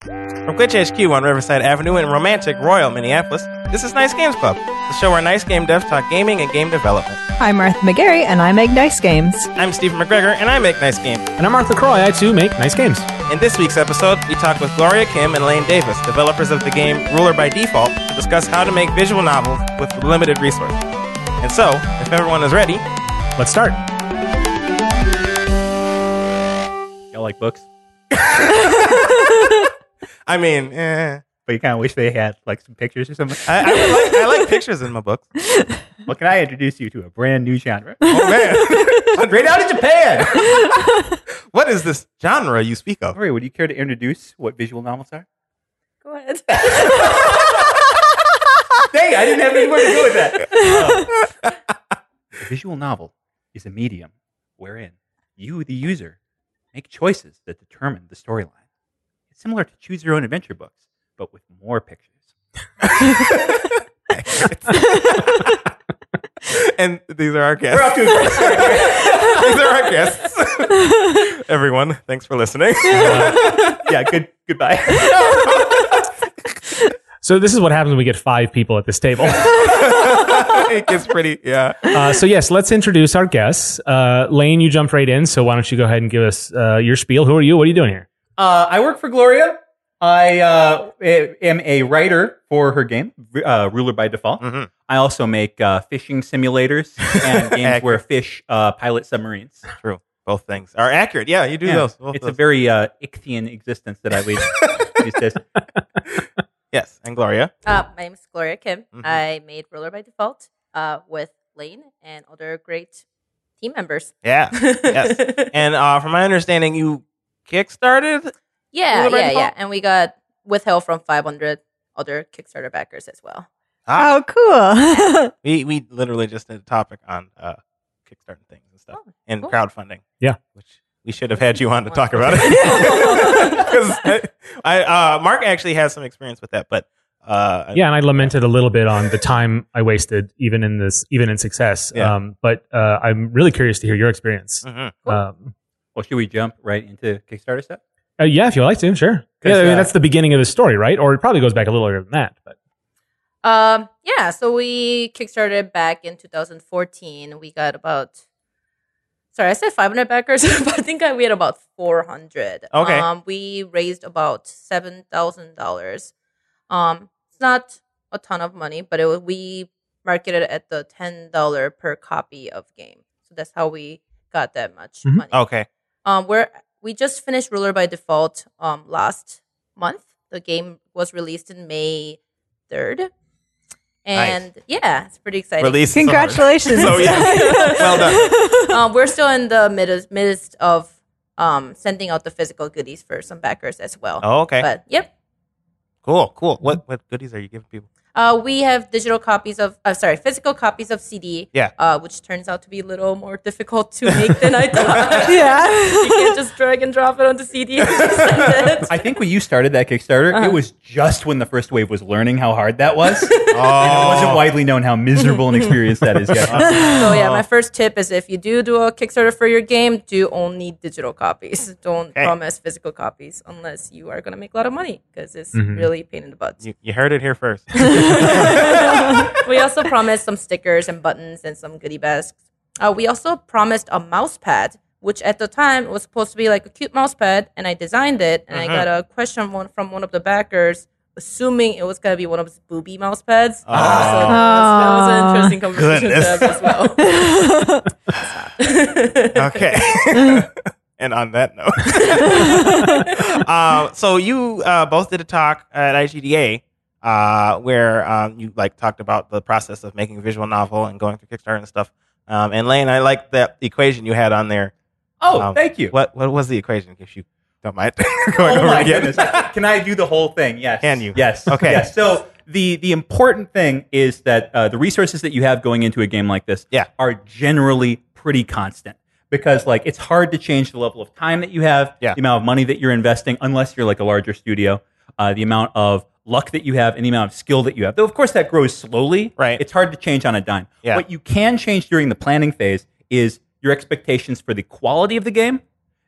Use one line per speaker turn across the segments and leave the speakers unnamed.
From Glitch HQ on Riverside Avenue in romantic Royal, Minneapolis, this is Nice Games Club, the show where nice game devs talk gaming and game development.
I'm Martha McGarry, and I make dice games.
I'm Stephen McGregor, and I make Nice Games.
And I'm Arthur Croy. I too make nice games.
In this week's episode, we talk with Gloria Kim and Lane Davis, developers of the game Ruler by Default, to discuss how to make visual novels with limited resources. And so, if everyone is ready,
Let's start. Y'all like books,
I mean, eh,
but you kind of wish they had like some pictures or something.
I, I, would like, I like pictures in my books.
well, can I introduce you to a brand new genre?
Oh man,
Straight out of Japan.
what is this genre you speak of?
Maria, would you care to introduce what visual novels are?
Go ahead.
Dang, I didn't have anywhere to go with that. Oh. A visual novel is a medium wherein you, the user, make choices that determine the storyline. It's similar to choose your own adventure books, but with more pictures.
and these are our
We're
guests.
off to a great start.
these are our guests. Everyone, thanks for listening.
yeah, good goodbye.
So this is what happens when we get five people at this table.
it gets pretty, yeah.
Uh, so yes, let's introduce our guests. Uh, Lane, you jumped right in, so why don't you go ahead and give us uh, your spiel? Who are you? What are you doing here?
Uh, I work for Gloria. I uh, am a writer for her game, uh, Ruler by Default.
Mhm.
I also make uh, fishing simulators and games
Accurate.
where fish uh, pilot submarines.
True. Both things are accurate. Yeah, you do
Yeah.
those. Both
It's a
those.
very uh, Ichthian existence that I lead. It's just-
yes, and Gloria.
Uh, my name is Gloria Kim.
Mhm.
I made Ruler by Default uh, with Lane and other great team members.
Yeah. Yes. And uh, from my understanding, you kickstarted.
yeah,
Ruler by
yeah,
Default?
yeah. And we got with help from 500 other Kickstarter backers as well.
Ah,
Oh, cool.
we we literally just did a topic on uh, kickstarting things and stuff
Oh,
and
cool.
crowdfunding.
Yeah.
which we should have had you on to talk about it because I uh, Mark actually has some experience with that, but uh,
Yeah, and I lamented a little bit on the time I wasted, even in this, even in success.
Yeah.
Um, but uh, I'm really curious to hear your experience.
mhm.
Um,
well, should we jump right into Kickstarter stuff?
uh, yeah, if you like to, sure. Yeah, I
'Cause,
mean
uh,
that's the beginning of the story, right? Or it probably goes back a little earlier than that. But
Um, yeah, so we kickstarted back in 2014. We got about sorry, I said 500 backers, but I think I- we had about 400.
Okay.
Um, we raised about seven thousand dollars. Um, it's not a ton of money, but it wa- we marketed it at the ten dollar per copy of game. So that's how we got that much
Mhm.
money.
okay,
Um, we're we just finished Ruler by Default um last month. The game was released in May third, and yeah, it's pretty exciting.
release. is over.
Congratulations.
So, yes. Well
done.
Um, we're still in the midst midst of um sending out the physical goodies for some backers as well.
Oh, okay,
But yep,
cool, cool. What what goodies are you giving people?
uh, we have digital copies of uh, sorry, physical copies of CD.
Yeah.
Uh, which turns out to be a little more difficult to make than I thought. You
yeah.
can't just drag and drop it onto CD and just send it.
I think when you started that Kickstarter,
Uh-huh.
it was just when the first wave was learning how hard that was. and
Oh,
it wasn't widely known how miserable an experience that is yet.
So yeah, my first tip is if you do do a Kickstarter for your game, do only digital copies. Don't
Okay.
promise physical copies unless you are gonna make a lot of money because it's
Mhm.
really a pain in the butt.
You, you heard it here first.
we also promised some stickers and buttons and some goodie bags. Uh, we also promised a mouse pad, which at the time was supposed to be like a cute mouse pad, and I designed it. And I got
Uh-huh.
a question one from one of the backers, assuming it was gonna be one of his booby mouse pads.
Oh.
So that, was, that was an interesting conversation to have as well.
okay. and on that note, uh, so you uh, both did a talk at IGDA uh, where um, you like talked about the process of making a visual novel and going through Kickstarter and stuff. Um, and Lane, I like that equation you had on there.
Oh,
Um,
thank you.
What what was the equation? If you don't mind going
oh
over
my
again.
goodness. Can I do the whole thing? Yes.
Can you?
Yes.
Okay.
Yes. So the the important thing is that uh, the resources that you have going into a game like this
Yeah.
are generally pretty constant because like it's hard to change the level of time that you have,
Yeah.
the amount of money that you're investing, unless you're like a larger studio, uh, the amount of luck that you have, and the amount of skill that you have. Though of course that grows slowly.
Right.
It's hard to change on a dime.
Yeah.
What you can change during the planning phase is your expectations for the quality of the game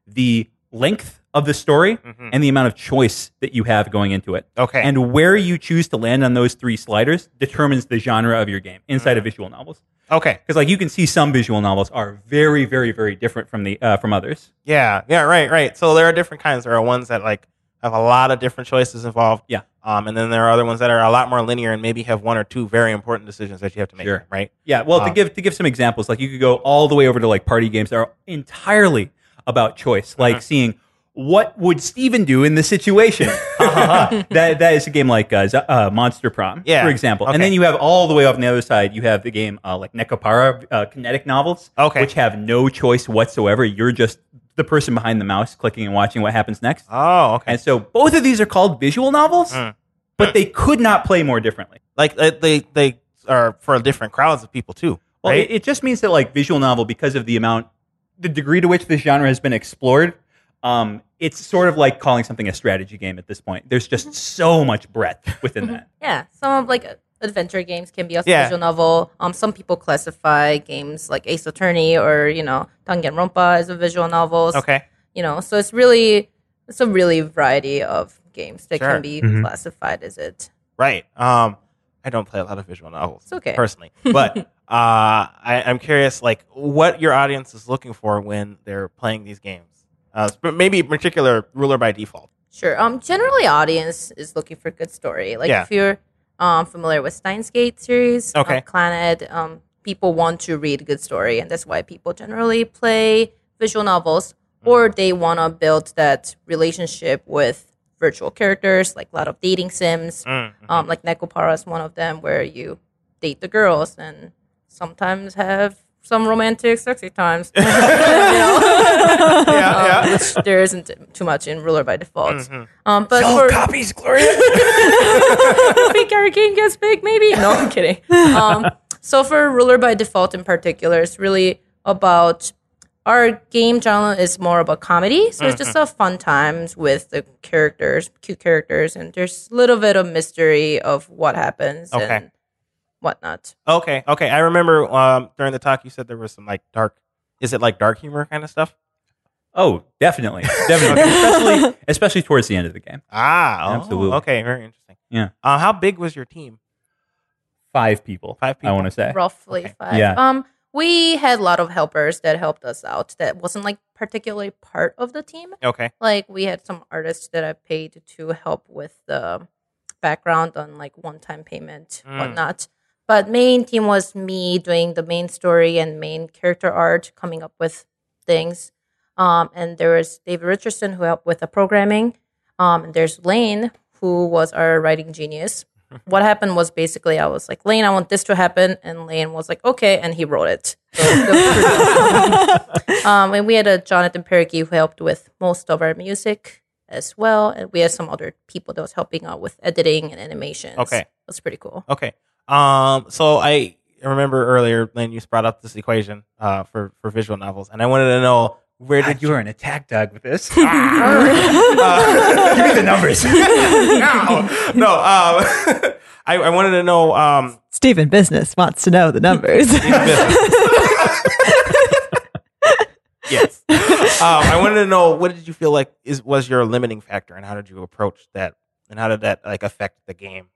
the length of the story
Mhm.
and the amount of choice that you have going into it.
Okay.
And where you choose to land on those three sliders determines the genre of your game inside of visual novels.
okay.
Because like you can see, some visual novels are very, very, very different from the uh, from others.
Yeah, yeah, right, right. So there are different kinds. There are ones that like have a lot of different choices involved.
Yeah.
Um, and then there are other ones that are a lot more linear and maybe have one or two very important decisions that you have to make.
Sure.
Right.
Yeah, well, to
Um,
give to give some examples, like you could go all the way over to like party games that are entirely about choice,
Uh-huh.
like seeing what would Steven do in this situation. that that is a game like uh, Z- uh, Monster Prom,
Uh-huh. Yeah,
for example.
okay.
And then you have all the way off on the other side, you have the game uh, like Nekopara uh, kinetic novels,
Okay.
which have no choice whatsoever. You're just the person behind the mouse, clicking and watching what happens next.
Oh, okay.
And so both of these are called visual novels,
Mm.
but they could not play more differently.
like uh, they they are for different crowds of people too.
Well,
right.
it, it just means that like visual novel, because of the amount, the degree to which this genre has been explored, um, it's sort of like calling something a strategy game at this point. There's just so much breadth within that.
Yeah, some of like adventure games can be also
Yeah.
visual novel. Um, some people classify games like Ace Attorney or you know Danganronpa as a visual novel.
okay.
You know, so it's really it's a really variety of games that
Sure.
can be
Mhm.
classified as it.
Right. Um, I don't play a lot of visual novels.
It's okay.
Personally, but uh, I, I'm curious, like what your audience is looking for when they're playing these games. Uh, but maybe in particular ruler by default.
Sure. Um, generally, audience is looking for good story. Like
Yeah.
if you're um, familiar with Steins Gate series, um,
Okay.
Clannad, um, people want to read good story, and that's why people generally play visual novels, or
Mm-hmm.
they want to build that relationship with virtual characters, like a lot of dating sims.
Mm-hmm.
Um, like Nekopara is one of them, where you date the girls and sometimes have some romantic, sexy times. You know?
yeah.
Um, which there isn't too much in Ruler by Default.
Mhm.
Um, but for copies, Gloria. think our game gets big, maybe? No, I'm kidding. Um, so for Ruler by Default in particular, it's really about our game genre is more about comedy, so it's just a
Mm-hmm.
fun times with the characters, cute characters, and there's a little bit of mystery of what happens
Okay.
and whatnot.
Okay, okay. I remember um, during the talk you said there was some like dark. Is it like dark humor kind of stuff?
Oh, definitely, definitely, especially especially towards the end of the game.
Ah, oh,
Absolutely.
Okay, very interesting.
Yeah.
Uh, how big was your team?
Five people,
Five people.
I want to say.
roughly
Okay.
five.
Yeah.
Um, we had a lot of helpers that helped us out. That wasn't like particularly part of the team.
Okay.
Like we had some artists that I paid to help with the background on like one-time payment,
Mm.
whatnot. But main team was me doing the main story and main character art, coming up with things. Um, and there was David Richardson who helped with the programming. Um, and there's Lane who was our writing genius what happened was basically I was like, Lane, I want this to happen, and Lane was like, okay, and he wrote it. So the- um, and we had a Jonathan Pericky who helped with most of our music as well, and we had some other people that was helping out with editing and animations.
Okay.
it was pretty cool.
Okay. Um, so I remember earlier, Lynn, you brought up this equation uh, for for visual novels, and I wanted to know where
God,
did
you
you?
are an attack dog with this.
Uh,
Give me the numbers.
no, no. Um, I, I wanted to know. Um,
Stephen Business wants to know the numbers.
yes. Um, I wanted to know what did you feel like is was your limiting factor, and how did you approach that, and how did that like affect the game,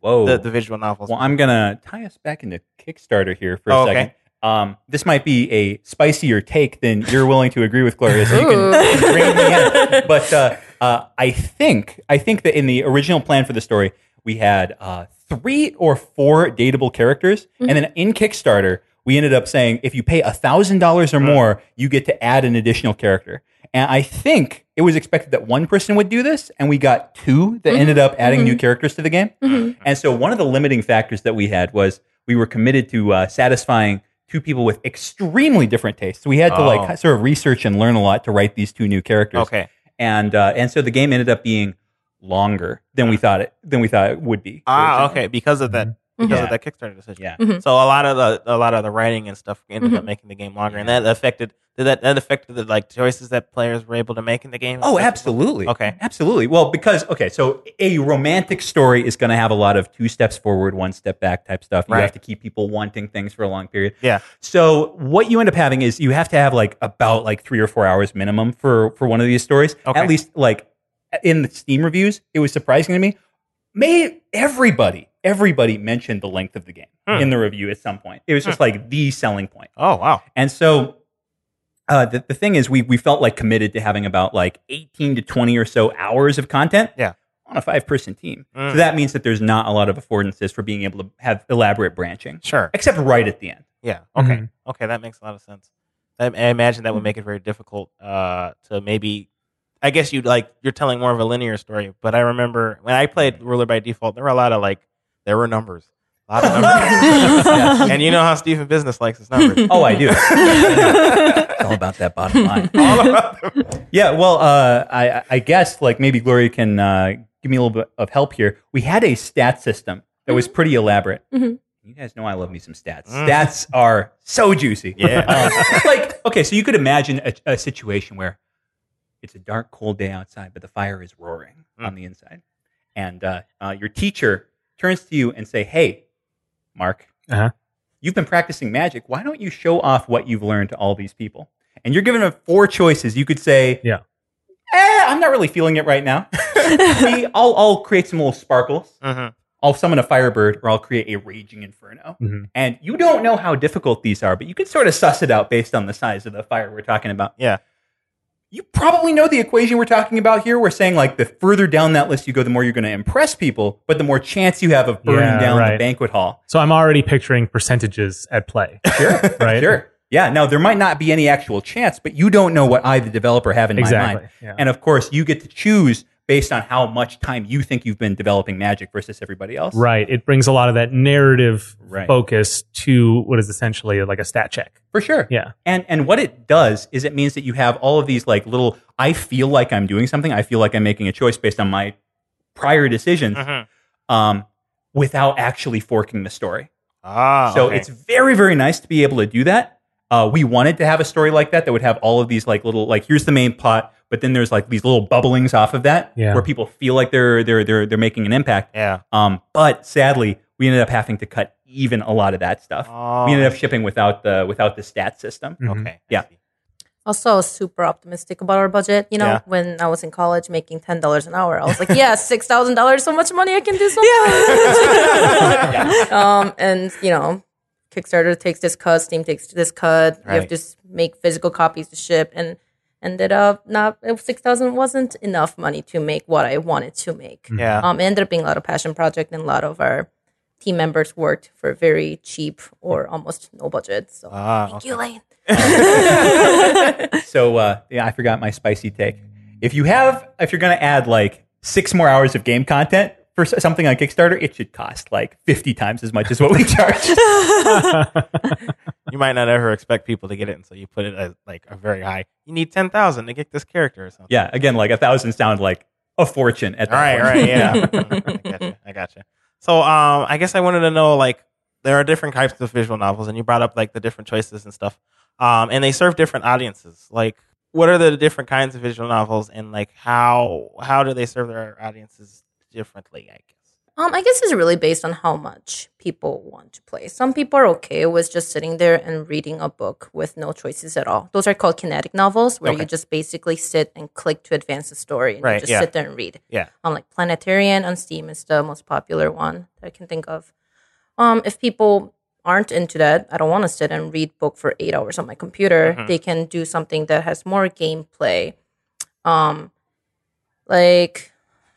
Whoa.
the, the visual novels?
Well, I'm gonna tie us back into Kickstarter here for a
Oh, okay.
second. Um, this might be a spicier take than you're willing to agree with, Gloria. So you can rein me in. But uh, uh, I think I think that in the original plan for the story, we had uh, three or four dateable characters, and then in Kickstarter, we ended up saying if you pay thousand dollars or more, you get to add an additional character. And I think it was expected that one person would do this, and we got two that ended up adding new characters to the game. Mm-hmm. And so one of the limiting factors that we had was we were committed to uh, satisfying two people with extremely different tastes. So we had to
Oh.
like sort of research and learn a lot to write these two new characters.
okay.
And uh, and so the game ended up being longer than we thought it than we thought it would be.
Ah,
originally.
okay. Because of that because
Mhm.
of that Kickstarter decision.
Yeah.
Mhm.
So a lot of the a lot of the writing and stuff ended up
Mhm.
making the game longer, and that affected did that that affected the like choices that players were able to make in the game.
Oh, absolutely.
Okay.
Absolutely. Well, because, okay, so a romantic story is going to have a lot of two steps forward, one step back type stuff. You
Right.
have to keep people wanting things for a long period.
Yeah.
So what you end up having is you have to have like about like three or four hours minimum for, for one of these stories.
Okay.
At least like in the Steam reviews, it was surprising to me. May everybody, everybody mentioned the length of the game
Hmm.
in the review at some point. It was just like the selling point.
Oh wow.
And so uh, the, the thing is, we, we felt like committed to having about like 18 to 20 or so hours of content
Yeah.
on a five person team.
Mm.
So that means that there's not a lot of affordances for being able to have elaborate branching,
Sure.
except right at the end.
Yeah. Okay.
Mhm.
Mm-hmm.
Okay, that makes a lot of sense. I, I imagine that would make it very difficult uh, to maybe. I guess you like you're telling more of a linear story, but I remember when I played Ruler by Default, there were a lot of like there were numbers, a lot of numbers, and you know how Stephen Business likes his numbers.
Oh, I do. it's all about that bottom line.
All about them.
Yeah, well, uh, I, I guess like maybe Gloria can uh, give me a little bit of help here. We had a stat system that was pretty elaborate.
Mhm.
You guys know I love me some stats.
Mm.
Stats are so juicy.
Yeah.
Uh,
Oh.
like okay, so you could imagine a, a situation where it's a dark, cold day outside, but the fire is roaring
Hmm.
Mm.
on the inside, and uh, uh, your teacher turns to you and say, "Hey, Mark,
Uh-huh.
you've been practicing magic. Why don't you show off what you've learned to all these people?" And you're given uh, four choices. You could say,
Yeah.
eh, I'm not really feeling it right now. Me, I'll, I'll create some little sparkles.
Mhm.
I'll summon a firebird or I'll create a raging inferno.
Mhm.
And you don't know how difficult these are, but you can sort of suss it out based on the size of the fire we're talking about.
Yeah.
You probably know the equation we're talking about here. We're saying like the further down that list you go, the more you're going to impress people, but the more chance you have of burning
Yeah,
down the
right.
banquet hall.
So I'm already picturing percentages at play.
Sure.
Right.
Sure. Yeah. Now, there might not be any actual chance, but you don't know what I, the developer, have in my
Exactly.
mind.
Yeah.
And of course, you get to choose based on how much time you think you've been developing magic versus everybody else.
Right. It brings a lot of that narrative
Right.
focus to what is essentially like a stat check.
For sure.
Yeah.
And and what it does is it means that you have all of these like little I feel like I'm doing something, I feel like I'm making a choice based on my prior decisions
Mhm.
um without actually forking the story.
Ah,
so
okay.
it's very very nice to be able to do that. Uh, we wanted to have a story like that that would have all of these like little like here's the main plot, but then there's like these little bubblings off of that
Yeah.
where people feel like they're they're they're they're making an impact.
yeah.
Um, but sadly, we ended up having to cut even a lot of that stuff.
Oh,
We ended up shipping without the without the stat system.
Mhm.
okay. I
Yeah.
see.
Also, I was super optimistic about our budget. You know,
Yeah.
when I was in college making ten dollars an hour, I was like, "Yeah, six thousand dollars, so much money I can do so."
Yeah.
um, and you know, Kickstarter takes this cut, Steam takes this cut. You have
Right.
to s- make physical copies to ship, and ended up not six thousand wasn't enough money to make what I wanted to make.
Mm,
Mm-hmm.
Yeah.
Um, it ended up being a lot of passion project, and a lot of our team members worked for very cheap or almost no budget. So
Ah,
thank
okay.
you, Lane.
So uh, yeah, I forgot my spicy take. If you have, if you're gonna add like six more hours of game content for s- something on Kickstarter, it should cost like 50 times as much as what we charge.
you might not ever expect people to get it, and so you put it at like a very high. You need ten thousand to get this character or something.
yeah, again, like a thousand sound like a fortune at that
All right,
point.
all right, yeah. I gotcha. I gotcha. So, um, I guess I wanted to know like there are different types of visual novels, and you brought up like the different choices and stuff, um, and they serve different audiences. Like, what are the different kinds of visual novels, and like how how do they serve their audiences differently? I guess.
Um, I guess it's really based on how much people want to play. Some people are okay with just sitting there and reading a book with no choices at all. Those are called kinetic novels, where
Okay.
you just basically sit and click to advance the story, and
Right,
you just
yeah.
sit there and read.
Yeah.
Um, like Planetarian on Steam is the most popular one that I can think of. Um, if people aren't into that, I don't want to sit and read book for eight hours on my computer.
Mhm.
They can do something that has more gameplay. Um, like,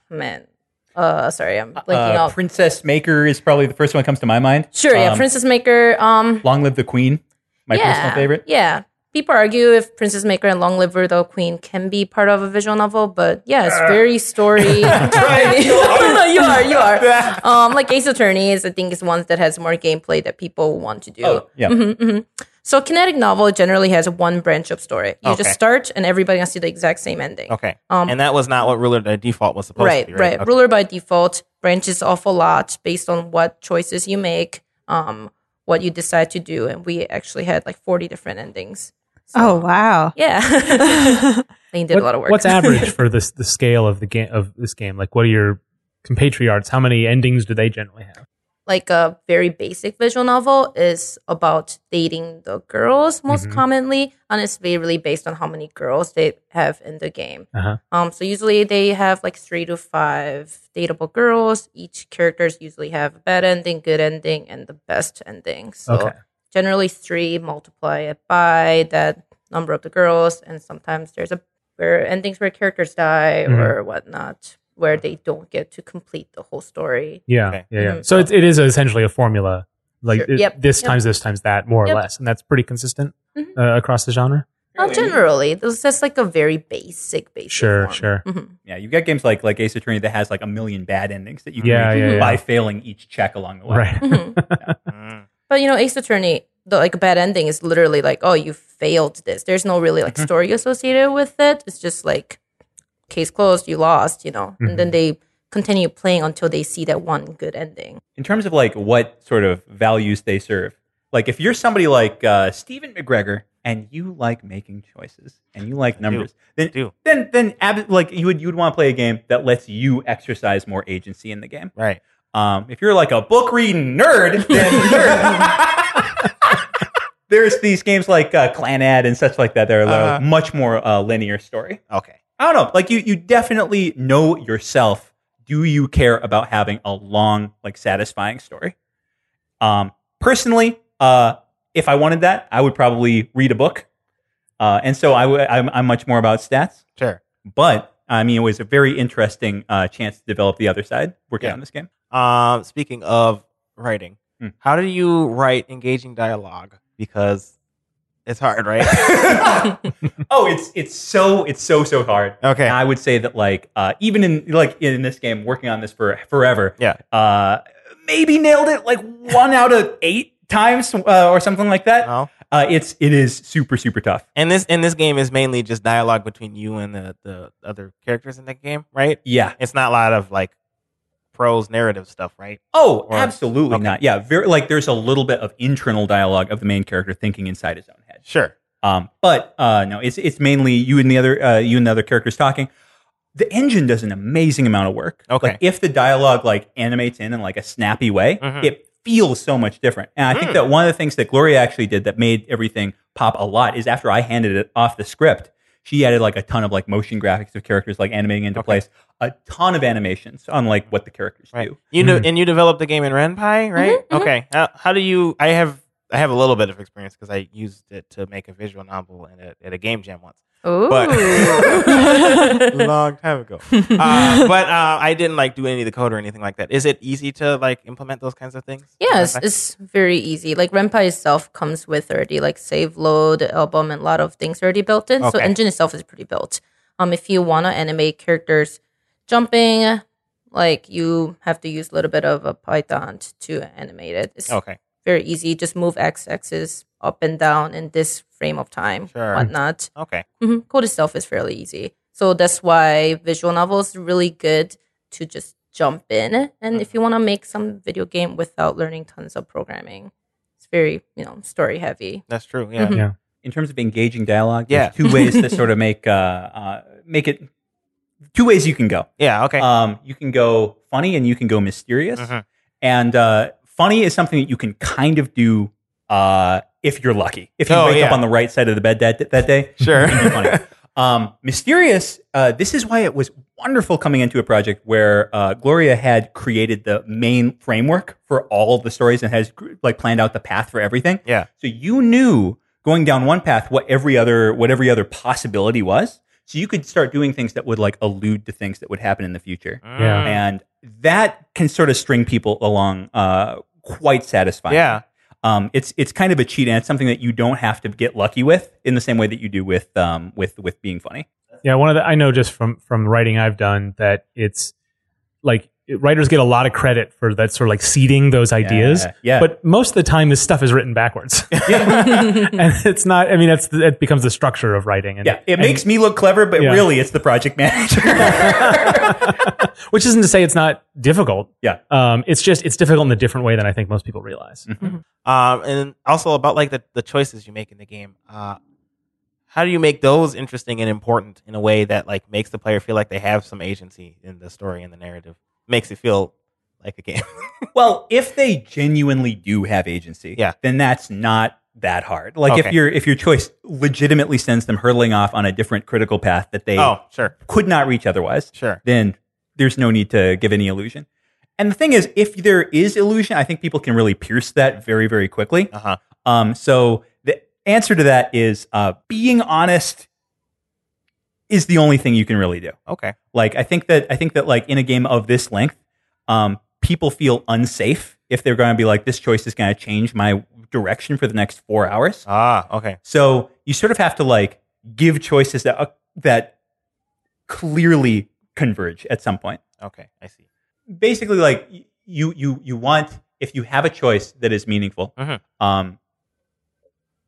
man, uh, sorry, I'm blanking
Uh,
out.
Princess Maker is probably the first one that comes to my mind.
Sure, yeah.
Um,
Princess Maker. Um,
Long Live the Queen, my
yeah,
personal favorite.
Yeah. People argue if Princess Maker and Long Live the Queen can be part of a visual novel, but yeah, it's very story. you are, you are. Um, like Ace Attorney is, I think, is one that has more gameplay that people want to do.
Oh, yeah.
Mhm, mhm. So kinetic novel generally has one branch of story. You
Okay.
just start and everybody gonna see the exact same ending.
Okay.
Um,
and that was not what ruler the default was supposed
Right,
to be.
right.
Right. Okay.
Ruler by default branches off a lot based on what choices you make, um, what you decide to do, and we actually had like forty different endings. So,
Oh wow.
yeah, they did
What-
a lot of work.
What's average for this the scale of the game of this game? Like, what are your compatriots? How many endings do they generally have?
like a very basic visual novel is about dating the girls most
Mhm.
commonly and it's really based on how many girls they have in the game
Uh-huh.
um, so usually they have like three to five dateable girls each characters usually have a bad ending good ending and the best ending so
Oh.
Okay.
generally three multiply it by that number of the girls and sometimes there's a where endings where characters die
Mhm.
or whatnot where they don't get to complete the whole story
Yeah,
Okay.
yeah, yeah.
Mhm.
So it, it is essentially a formula, like
Sure.
it-
Yep.
this
Yep.
times this times that, more
Yep.
or less, and that's pretty consistent
Mhm.
uh, across the genre.
Not generally. This is like a very basic, basic.
Sure,
form.
sure.
Mhm.
Yeah, you've got games like like Ace Attorney that has like a million bad endings that you can
Yeah,
reach
yeah, yeah.
by failing each check along the way.
Right.
Mhm.
Mm.
but you know, Ace Attorney, the like bad ending is literally like, oh, you failed this. There's no really like
Mm-hmm.
Mhm.
story associated with it. It's just like case closed. You lost. You know, and then
Mhm.
they continue playing until they see that one good ending.
In terms of like what sort of values they serve, like if you're somebody like uh, Stephen McGregor and you like making choices and you like
do.
numbers, then
do.
then then ab- like you would you would want to play a game that lets you exercise more agency in the game.
Right.
Um, if you're like a book reading nerd, then sure. there's these games like uh, Clanad and such like that. that are uh,
Uh-huh.
much more uh, linear story.
Okay.
I don't know. Like you, you definitely know yourself. Do you care about having a long, like, satisfying story? Um, personally, uh, if I wanted that, I would probably read a book. Uh, and so I w- I'm, I'm much more about stats.
Sure.
But I mean, it was a very interesting uh, chance to develop the other side working
Yeah.
on this game.
Um, speaking of writing,
Hmm.
how do you write engaging dialogue? Because it's hard, right?
oh, it's it's so it's so so hard.
okay.
And I would say that like uh, even in like in this game, working on this for forever,
Yeah.
uh, maybe nailed it like one out of eight times uh, or something like that.
No.
Uh, it's it is super super tough.
And this and this game is mainly just dialogue between you and the, the other characters in the game, right?
Yeah.
It's not a lot of like prose narrative stuff, right?
Oh,
Or-
absolutely
okay.
not. Yeah, very like there's a little bit of internal dialogue of the main character thinking inside his own head.
Sure.
Um, but uh, no, it's it's mainly you and the other uh, you and the other characters talking. The engine does an amazing amount of work.
Okay.
Like, if the dialogue like animates in in like a snappy way,
Mhm.
it feels so much different. And I think
Mm.
that one of the things that Gloria actually did that made everything pop a lot is after I handed it off the script, she added like a ton of like motion graphics of characters like animating into
Okay.
place, a ton of animations on like what the characters
Right.
do.
You Mm-hmm. know,
Mhm.
and you developed the game in RenPy, right?
Mhm, mhm.
Okay. How, how do you? I have I have a little bit of experience because I used it to make a visual novel in a, at a game jam once,
Ooh.
but long time ago. Uh, but uh, I didn't like do any of the code or anything like that. Is it easy to like implement those kinds of things?
yes,
Like-
it's very easy. Like Renpy itself comes with already like save load, album, and a lot of things already built in. So
Okay.
engine itself is pretty built. Um, if you wanna animate characters jumping, like you have to use a little bit of a Python to animate it. It's
okay.
very easy. Just move x axis up and down in this frame of time,
Sure.
whatnot.
Okay.
hmm Code itself is fairly easy. So that's why visual novel is really good to just jump in. And if you want to make some video game without learning tons of programming, it's very, you know, story heavy.
That's true. Yeah.
Mhm.
in terms of engaging dialogue,
Yeah.
there's two ways to sort of make uh, uh, make it. Two ways you can go.
Yeah. Okay.
Um, you can go funny and you can go mysterious.
Mhm.
And uh, funny is something that you can kind of do uh, if you're lucky. If you
Oh,
wake up
yeah.
on the right side of the bed that that day,
Sure.
you can be funny. Um, mysterious. Uh, this is why it was wonderful coming into a project where uh, Gloria had created the main framework for all the stories and has like planned out the path for everything.
Yeah.
So you knew going down one path what every other what every other possibility was. So you could start doing things that would like allude to things that would happen in the future,
Mm.
and that can sort of string people along uh, quite satisfying.
Yeah.
Um, it's it's kind of a cheat, and it's something that you don't have to get lucky with in the same way that you do with um, with with being funny.
Yeah, one of the I know just from from writing I've done that it's like writers get a lot of credit for that sort of like seeding those ideas.
Yeah, yeah.
But most of the time, this stuff is written backwards, and it's not. I mean, that's the, it becomes the structure of writing. And,
Yeah, it
and-
makes me look clever, but
Yeah.
really it's the project manager.
which isn't to say it's not difficult.
Yeah. Mm.
Um, it's just it's difficult in a different way than I think most people realize.
Um, and also about like the, the choices you make in the game. Uh, how do you make those interesting and important in a way that like makes the player feel like they have some agency in the story and the narrative? Makes it feel like a game.
well, if they genuinely do have agency,
Yeah.
then that's not that hard. Like if
Okay.
your if your choice legitimately sends them hurtling off on a different critical path that they
oh, sure,
could not reach otherwise,
sure.
then there's no need to give any illusion. And the thing is, if there is illusion, I think people can really pierce that very, very quickly.
Uh huh.
Um, so the answer to that is uh, being honest is the only thing you can really do.
Okay.
Like I think that I think that like in a game of this length, um, people feel unsafe if they're going to be like this choice is going to change my direction for the next four hours.
Ah, okay.
So you sort of have to like give choices that uh, that clearly converge at some point.
Okay, I see.
Basically, like y- you you you want if you have a choice that is meaningful.
Mhm.
Um,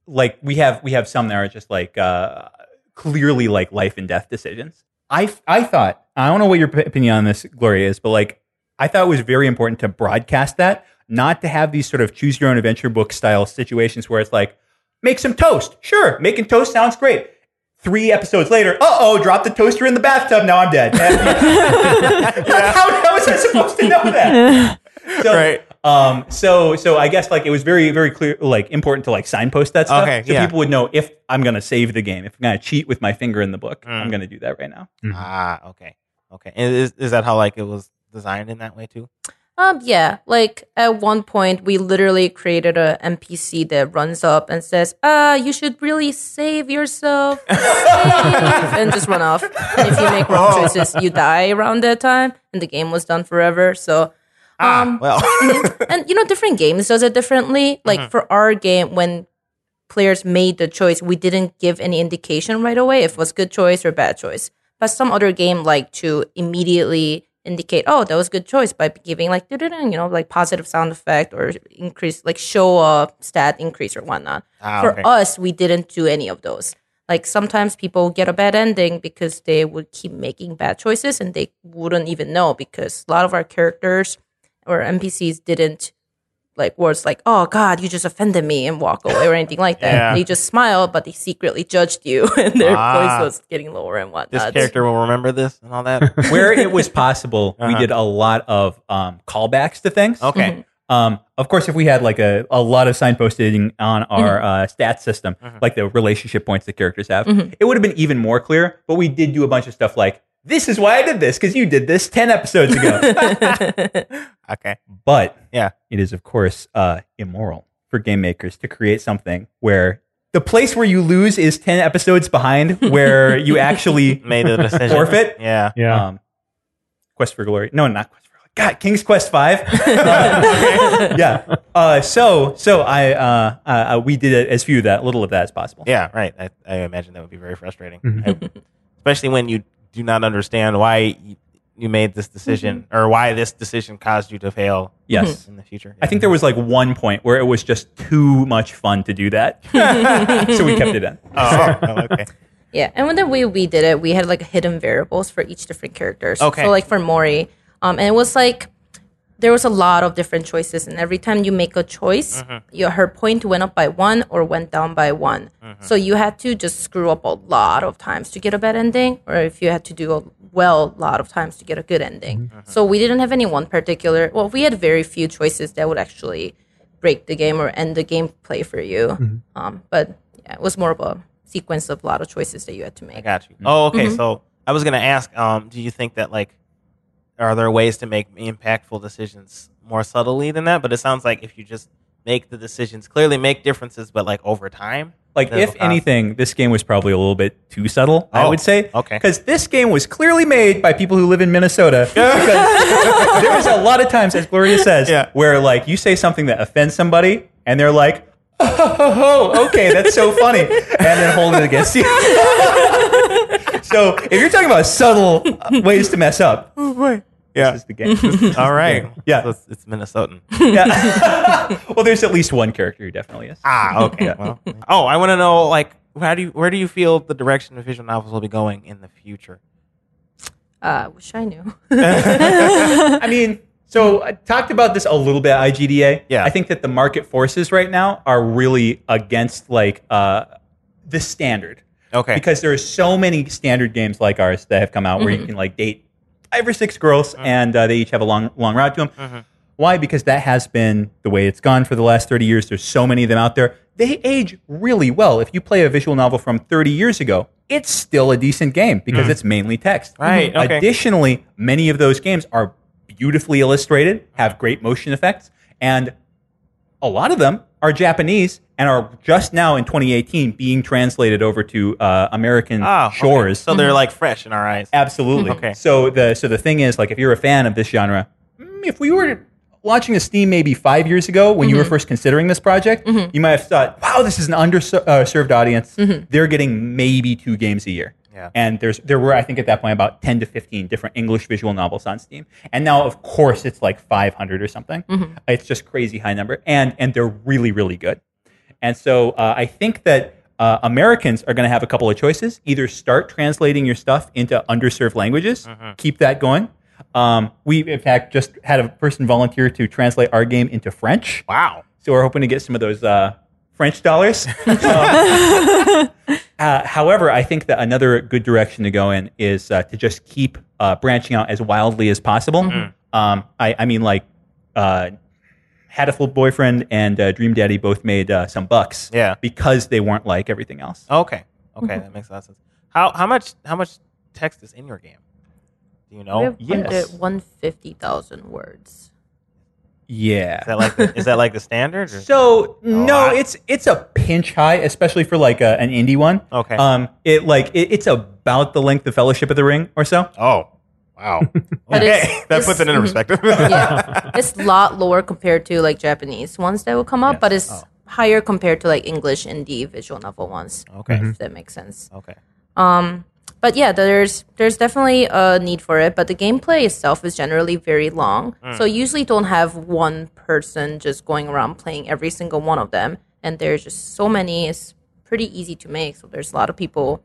like we have we have some that are just like uh, clearly like life and death decisions. I I thought I don't know what your p- opinion on this Gloria is, but like I thought it was very important to broadcast that, not to have these sort of choose your own adventure book style situations where it's like make some toast. Sure, making toast sounds great. Three episodes later, uh oh, drop the toaster in the bathtub. Now I'm dead. how, how was I supposed to know that? So,
Right.
Um. So so I guess like it was very very clear like important to like signpost that stuff
Okay,
so
yeah.
people would know if I'm gonna save the game if I'm gonna cheat with my finger in the book I'm
Mm.
gonna do that right now.
Ah, okay, okay. And is is that how like it was designed in that way too?
Um, yeah, like at one point we literally created a NPC that runs up and says, "Uh, you should really save yourself," save," and just run off. And if you make wrong choices, you die around that time, and the game was done forever. So, um,
Well,
and you know, different games does it differently. Like for our game, when players made the choice, we didn't give any indication right away if it was good choice or bad choice. But some other game like to immediately indicate, oh, that was good choice by giving like you know like positive sound effect or increase like show a stat increase or whatnot.
Ah,
for
okay.
us, we didn't do any of those. Like sometimes people get a bad ending because they would keep making bad choices and they wouldn't even know because a lot of our characters or NPCs didn't like words like "Oh God, you just offended me" and walk away or anything like that.
Yeah.
They just smile, but they secretly judged you, and their
Ah.
voice was getting lower and
this
whatnot.
character will remember this and all that.
Where it was possible, we
Uh-huh.
did a lot of um, callbacks to things.
Okay.
Um, of course, if we had like a, a lot of signposting on our uh, stat system,
Mm-hmm.
like the relationship points the characters have, it would have been even more clear. But we did do a bunch of stuff like, this is why I did this, because you did this 10 episodes ago.
Okay.
but
Yeah.
it is, of course, uh, immoral for game makers to create something where the place where you lose is 10 episodes behind where you actually
Made the decision.
Forfeit?
Yeah.
Yeah.
um, Quest for Glory. No, not Quest for Glory. God, King's Quest Five. yeah. Uh, so, so I, uh, uh, uh, we did as few of that, little of that as possible.
Yeah, right. I, I imagine that would be very frustrating,
Mm-hmm.
I- especially when you do not understand why you, you made this decision or why this decision caused you to fail
Mm-hmm. Yes.
in the future.
I think there was like one point where it was just too much fun to do that, so we kept it in.
Oh, oh, okay.
Yeah, and when the way we did it, we had like hidden variables for each different characters.
Okay.
So like for Mori, um, and it was like there was a lot of different choices, and every time you make a choice,
Mm-hmm.
your her point went up by one or went down by one.
Mm-hmm.
So you had to just screw up a lot of times to get a bad ending, or if you had to do a well a lot of times to get a good ending.
Mm-hmm.
So we didn't have any one particular. Well, we had very few choices that would actually break the game or end the gameplay for you. Um, but yeah, it was more of a sequence of a lot of choices that you had to
I
make.
got you. Oh, okay.
Mm-hmm.
So I was going to ask um, do you think that, like, are there ways to make impactful decisions more subtly than that? But it sounds like if you just make the decisions, clearly make differences, but like over time.
Like,
that'll
if
pass.
anything, this game was probably a little bit too subtle. I
Oh,
would say,
okay.
because this game was clearly made by people who live in Minnesota. because there was a lot of times, as Gloria says,
Yeah.
where like you say something that offends somebody, and they're like, "Oh, okay, that's so funny," and then hold it against you. so if you're talking about subtle ways to mess up,
Oh, Yeah.
This is the game. This is the
All right.
game. Yeah.
So it's, it's Minnesotan.
yeah. well, there's at least one character who definitely is.
Ah, okay. well, oh, I want to know like how do you where do you feel the direction of visual novels will be going in the future?
Uh, wish I knew.
I mean, so I talked about this a little bit. at IGDA.
Yeah.
I think that the market forces right now are really against like uh, the standard
Okay.
because there are so many standard games like ours that have come out where you
Mm-hmm.
can like date five or six girls
Uh-huh.
and uh, they each have a long long route to them. Why? Because that has been the way it's gone for the last 30 years. There's so many of them out there. They age really well. If you play a visual novel from 30 years ago, it's still a decent game because it's mainly text.
Mm.
Mm-hmm.
Right, okay.
Additionally, many of those games are beautifully illustrated,
Uh-huh.
have great motion effects, and a lot of them are Japanese and are just now in 2018 being translated over to uh, American
Ah, okay.
shores. Mm-hmm.
So they're like fresh in our eyes.
Absolutely.
Okay.
So the so the thing is, like, if you're a fan of this genre, mm, if we were launching a Steam maybe five years ago when
Mm-hmm.
you were first considering this project, you might have thought, "Wow, this is an underserved audience.
Mm-hmm.
They're getting maybe two games a year."
Yeah.
And there's there were I think at that point about ten to fifteen different English visual novels on Steam, and now of course it's like five hundred or something. It's just crazy high number, and and they're really really good. And so uh, I think that uh, Americans are going to have a couple of choices. Either start translating your stuff into underserved languages, keep that going. Um, we, in fact, just had a person volunteer to translate our game into French.
Wow.
So we're hoping to get some of those uh, French dollars. Um, uh, however, I think that another good direction to go in is uh, to just keep uh, branching out as wildly as possible.
Mm-hmm.
Um, I, I mean, like, uh, Hatful Boyfriend and uh, Dream Daddy both made uh, some bucks
Yeah. Oh.
because they weren't like everything else.
Okay. Okay, that makes a lot of sense. How how much how much text is in your game? Do you know? Is
yes.
150,000 words.
Yeah.
that like the, is that like the standard? Or?
So no,
I-
it's it's a pinch high, especially for like a, an indie one.
Okay.
Um, it like it, it's about the length of Fellowship of the Ring or so.
Oh, wow.
But
okay,
it's-
that
it's-
puts it in
mhm.
perspective.
Yeah. it's a lot lower compared to like Japanese ones that will come up, but it's higher compared to like English indie visual novel ones.
Okay.
If that makes sense.
okay.
Um, but yeah, there's there's definitely a need for it. But the gameplay itself is generally very long, so you usually don't have one person just going around playing every single one of them. And there's just so many; it's pretty easy to make. So there's a lot of people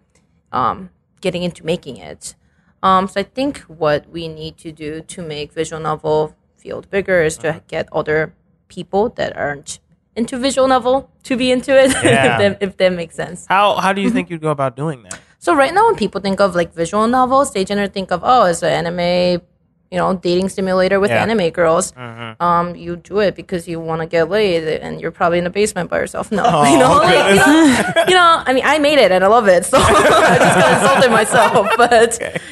um, getting into making it. Um, so I think what we need to do to make visual novel field bigger is to get other people that aren't into visual novel to be into it.
Yeah.
if, that, if that makes sense.
How how do you think you'd go about doing that?
So right now, when people think of like visual novels, they generally think of oh, it's an anime, you know, dating simulator with
Yeah. Mm-hmm.
anime girls. Um, you do it because you want to get laid, and you're probably in the basement by yourself. No,
Oh,
you know, like, you, know, you know, I mean, I made it and I love it, so I just kind of insulted myself. But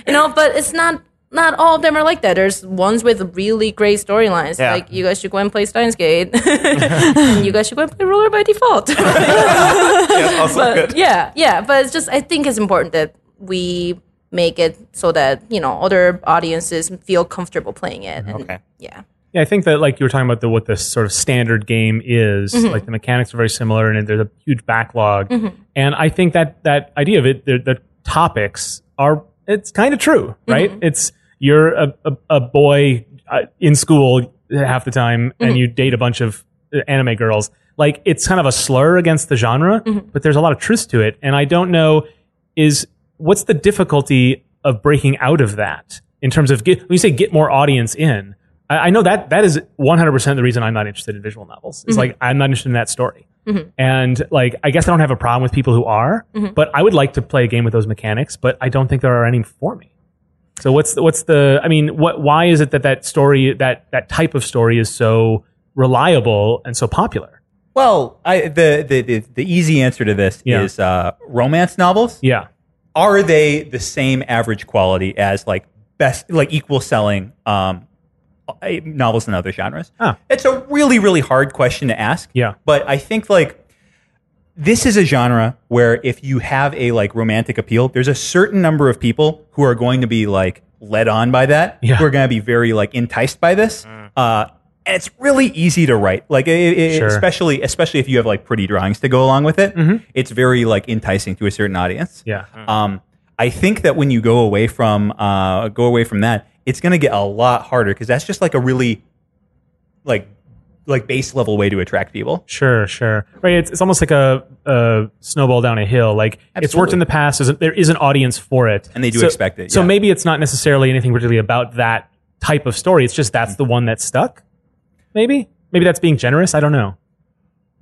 you know, but it's not. Not all of them are like that. There's ones with really great storylines.
Yeah.
Like you guys should go and play Steins Gate. and you guys should go and play Ruler by Default. but yeah, yeah. But it's just I think it's important that we make it so that you know other audiences feel comfortable playing it. And,
Mm-hmm.
Okay.
Yeah.
Yeah, I think that like you were talking about the what the sort of standard game is, like the mechanics are very similar, and there's a huge backlog. And I think that that idea of it, the, the topics are it's kind of true, right? It's you're a a, a boy uh, in school half the time, and you date a bunch of uh, anime girls. Like it's kind of a slur against the genre, but there's a lot of truth to it. And I don't know is what's the difficulty of breaking out of that in terms of get, when you say get more audience in? I, I know that that is 100% the reason I'm not interested in visual novels. It's like I'm not interested in that story. And like I guess I don't have a problem with people who are, but I would like to play a game with those mechanics, but I don't think there are any for me. So what's the, what's the I mean what why is it that that story that that type of story is so reliable and so popular?
Well, I, the, the the the easy answer to this
Yeah.
is uh, romance novels.
Yeah.
Are they the same average quality as like best like equal selling um, eh, novels in other genres?
Ah.
It's a really really hard question to ask.
Yeah.
but I think like this is a genre where if you have a like romantic appeal, there's a certain number of people who are going to be like led on by that.
Yeah.
Who are going to be very like enticed by this. Uh, and it's really easy to write, like i- i-
Sure. Mm-hmm.
especially especially if you have like pretty drawings to go along with it. It's very like enticing to a certain audience.
Yeah.
Um, I think that when you go away from uh, go away from that it's going to get a lot harder because that's just like a really like like base level way to attract people.
Sure, sure. Right. It's, it's almost like a, a snowball down a hill. Like it's worked
Absolutely.
in the past. There's a, there is an audience for it,
And they do
So-
expect it,
So
yeah.
maybe it's not necessarily anything particularly about that type of story. It's just
Mm.
that's the one that stuck. Maybe. Maybe that's being generous. I don't know.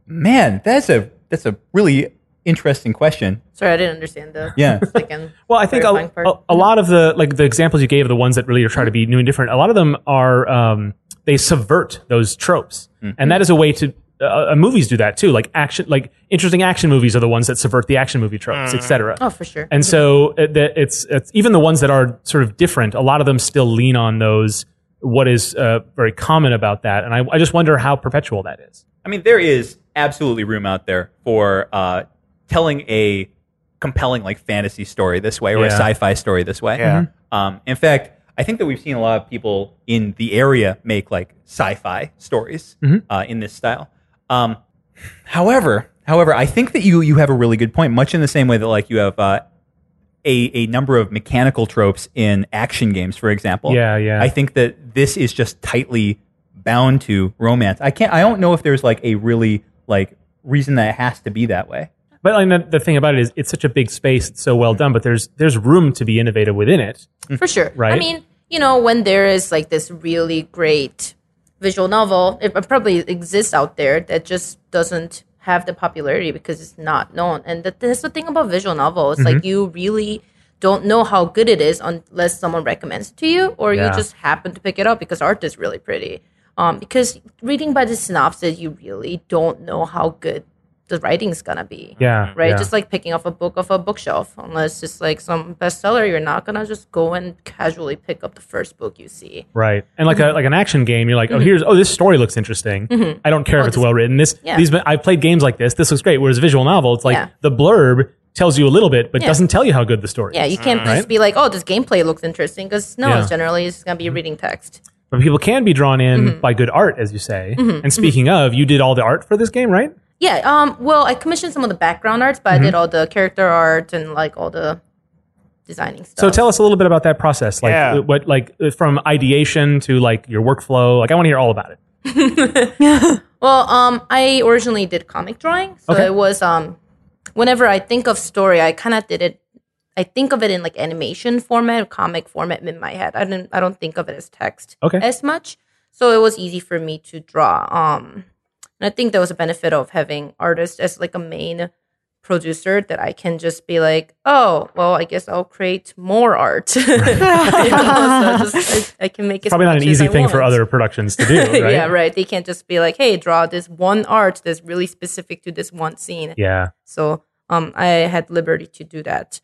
Man, that's a that's a really interesting question.
Sorry, I didn't understand the
Yeah.
second.
Well, I think a,
Clarifying part.
a, a lot of the like the examples you gave, the ones that really try to be new and different, a lot of them are um, they subvert those tropes,
Mm.
and that is a way to. Uh, uh, movies do that too, like action, like interesting action movies are the ones that subvert the action movie tropes, etc.
Oh, for sure.
And so it, that- it's, it's even the ones that are sort of different. A lot of them still lean on those. What is uh, very common about that, and I, I just wonder how perpetual that is.
I mean, there is absolutely room out there for uh, telling a compelling like fantasy story this way or a
Yeah.
sci-fi story this way.
Yeah. Mhm.
Um, in fact, I think that we've seen a lot of people in the area make like sci-fi stories uh, in this style. Um, however, however, I think that you you have a really good point. Much in the same way that like you have uh, a a number of mechanical tropes in action games, for example.
Yeah, yeah.
I think that this is just tightly bound to romance. I can't. I don't know if there's like a really like reason that it has to be that way.
But like, the, the thing about it is, it's such a big space. It's so well done, but there's there's room to be innovative within it.
for sure. I
Right.
mean, you know, when there is like this really great visual novel, it probably exists out there that just doesn't have the popularity because it's not known. And that, that's the thing about visual novel. It's
Mm-hmm.
like you really don't know how good it is unless someone recommends it to you or you
Yeah.
just happen to pick it up because art is really pretty. Um, because reading by the synopsis, you really don't know how good the writing's gonna be
Yeah.
right?
yeah.
Just like picking up a book off a bookshelf, unless it's like some bestseller, you're not gonna just go and casually pick up the first book you see.
Right, and like a like an action game, you're like,
Mm-hmm.
oh, here's oh, this story looks interesting. I don't care if it's well written. This
Oh, yeah.
these I've played games like this. This looks great. Whereas visual novel, it's like
Yeah.
the blurb tells you a little bit, but doesn't tell you how good the story.
Yeah,
is.
you can't just be like, oh, this gameplay looks interesting, because no,
Yeah.
generally it's gonna be reading text.
But people can be drawn in
Mm-hmm.
by good art, as you say. And speaking of, you did all the art for this game, right?
Yeah. Um. Well, I commissioned some of the background arts, but I
Mm-hmm.
did all the character art and like all the designing stuff.
So tell us a little bit about that process, like
Yeah.
uh, what, like uh, from ideation to like your workflow. Like I want to hear all about it.
Well, um, I originally did comic drawing, so
Okay.
it was um, whenever I think of story, I kind of did it. I think of it in like animation format, comic format in my head. I didn't. I don't think of it as text
Okay.
as much, so it was easy for me to draw. Um, and I think that was a benefit of having artists as like a main producer that I can just be like, oh, well, I guess I'll create more art. You know, so just, I, I can make it
Probably not an easy thing for
other
other productions to do, right?
yeah, right. They can't just be like, "Hey, draw this one art that's really specific to this one scene."
Yeah.
So, um, I had liberty to do that.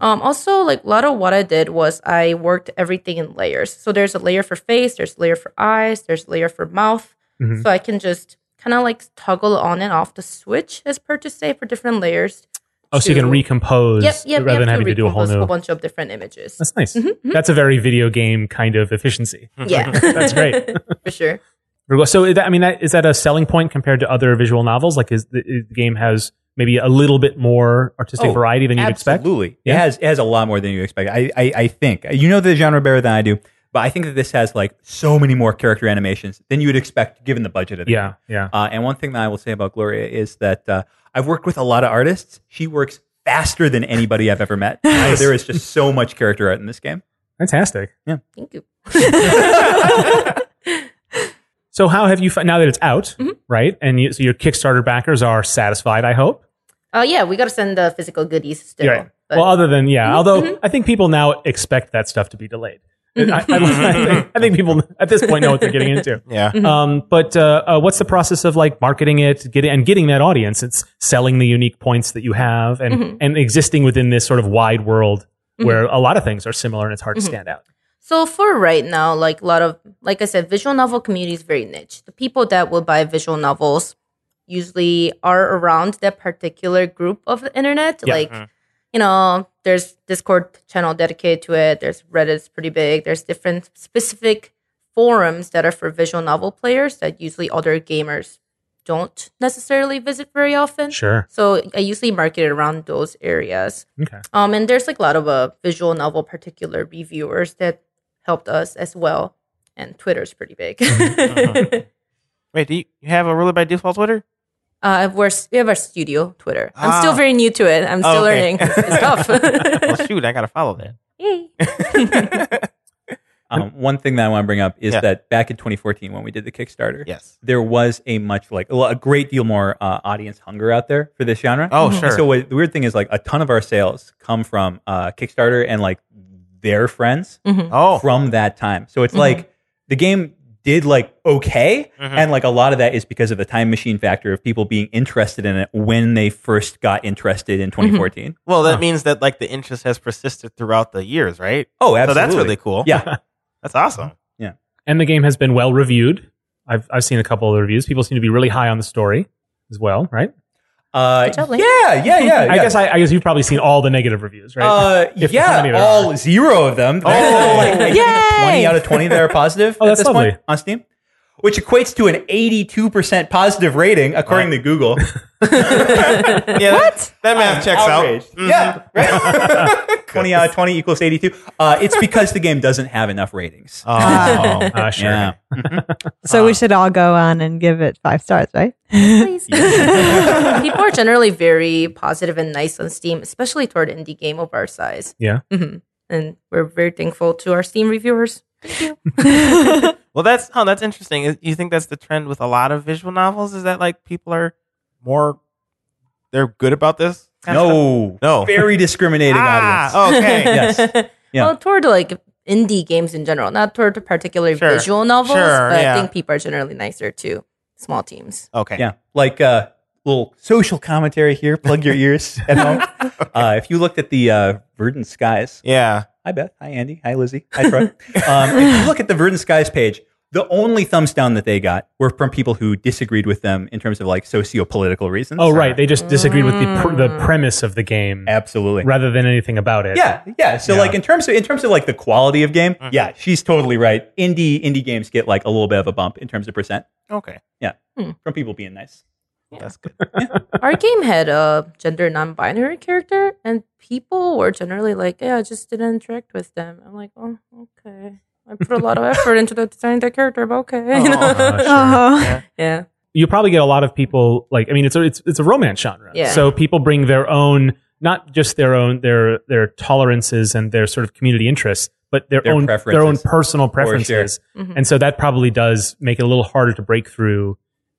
Um, also, like a lot of what I did was I worked everything in layers. So there's a layer for face, there's a layer for eyes, there's a layer for mouth.
Mm-hmm.
So I can just kind of like toggle on and off the switch, as per to say, for different layers.
Oh, so you can
to-
recompose
Yep, yep.
rather
you
than
have
having to do a whole
recompose Mm-hmm,
new.
whole bunch of different images.
That's nice. That's a very video game kind of efficiency.
yeah,
That's great.
for sure.
Virgo, So, is that- I mean, that, is that a selling point compared to other visual novels? Like, is the, is the game has maybe a little bit more artistic
Oh,
variety than you'd expect?
Absolutely. It
Yeah.
has it has a lot more than you expect. I, I I think you know the genre better than I do, but I think that this has like so many more character animations than you would expect given the budget of the
Yeah,
game.
yeah.
Uh, and one thing that I will say about Gloria is that uh, I've worked with a lot of artists. She works faster than anybody I've ever met. So there is just so much character art in this game.
Fantastic.
Thank you.
So, how have you fi- now that it's out, right? And you, so your Kickstarter backers are satisfied. I hope.
Uh, yeah, we gotta send the physical goodies still.
Right.
but-
well, other than yeah, although I think people now expect that stuff to be delayed. I, I- I think, I think people at this point know what they're getting into.
Yeah.
Um, but uh, uh, what's the process of like marketing it, getting and getting that audience? It's selling the unique points that you have, and and existing within this sort of wide world where a lot of things are similar, and it's hard to stand out.
So for right now, like a lot of, like I said, visual novel community is very niche. The people that will buy visual novels usually are around that particular group of the internet.
Yeah.
Like, you know, there's Discord channel dedicated to it. There's Reddit's pretty big. There's different specific forums that are for visual novel players that usually other gamers don't necessarily visit very often.
Sure.
So I usually market it around those areas.
Okay.
Um, and there's like a lot of uh, visual novel particular reviewers that helped us as well. And Twitter's pretty big.
Mm-hmm. Wait, do you, you have a ruler by default Twitter?
uh, we're, s- we have our studio Twitter. I'm
Ah.
still very new to it. I'm still
Oh, okay.
learning. It's, it's tough.
well, shoot, I gotta follow that.
Yay.
Um, one thing that I want to bring up is
Yeah.
that back in 2014 when we did the Kickstarter,
yes.
there was a much like a lo- a great deal more uh, audience hunger out there for this genre.
Oh,
Mhm.
sure.
Mm-hmm. So what, the weird thing is like a ton of our sales come from uh, Kickstarter and like their friends
Mhm.
oh,
from that time. So
Mm-hmm.
it's like the game did like okay,
Mhm.
and like a lot of that is because of the time machine factor of people being interested in it when they first got interested
Mm-hmm.
in 2014.
well, that
Huh.
means that like the interest has persisted throughout the years, right?
Oh,
So
absolutely.
that's really cool.
Yeah.
that's awesome.
and the game has been well reviewed. I've I've seen a couple of the reviews. People seem to be really high on the story as well, right?
Uh,
Good job, Link.
yeah, yeah, yeah.
I guess I, I guess you've probably seen all the negative reviews, right?
Uh,
If there's
yeah,
any there
all zero of them.
Oh.
like, I think
Yay!
twenty out of twenty that are positive.
Oh,
at
that's
this
lovely.
point on Steam, which equates to an eighty-two percent positive rating according to Google.
Yeah, what? That, math
I'm
checks
outraged.
out. Mhm.
Yeah, right. twenty out of twenty equals eighty-two. Uh, it's because the game doesn't have enough ratings.
Oh.
Uh, sure.
Yeah.
So we should all go on and give it five stars, right?
Please. People are generally very positive and nice on Steam, especially toward indie game of our size.
Yeah.
hmm And we're very thankful to our Steam reviewers. Thank you.
Well, that's oh, that's interesting. Is- You think that's the trend with a lot of visual novels? Is that like people are more they're good about this? kind of stuff?
No,
no.
very discriminating audience.
ah, okay.
Yes. Yeah.
Well, toward like indie games in general, not toward particularly
Sure.
visual novels,
Sure,
but
yeah.
I think people are generally nicer to small teams.
Okay.
Yeah, like uh, little social commentary here. Plug your ears at home. uh, if you looked at the uh, Verdant Skies,
Yeah.
hi Beth, hi Andy, hi Lizzie, hi Troy. um, if you look at the Verdant Skies page, the only thumbs down that they got were from people who disagreed with them in terms of like socio-political reasons.
Oh, right. They just disagreed with the pr- the premise of the game
absolutely.
rather than anything about it.
Mm. Yeah, yeah. So
Yeah. Mm-hmm.
like in terms of in terms of like the quality of game,
Mhm.
yeah, she's totally right. Indie indie games get like a little bit of a bump in terms of percent
Okay.
from people being nice.
That's good.
Our game had a gender non binary character, and people were generally like, Yeah, I just didn't interact with them. I'm like, Oh, okay. I put a lot of effort into the design of that character, but okay. you know?
Aw.
Uh, sure.
Uh-huh.
Oh,
Yeah.
you probably get a lot of people like I mean it's a it's, it's a romance genre.
Yeah.
So people bring their own not just their own their their tolerances and their sort of community interests, but their,
Their
own their own
preferences.
personal
sure.
preferences.
Mhm.
Mm-hmm. And so that probably does make it a little harder to break through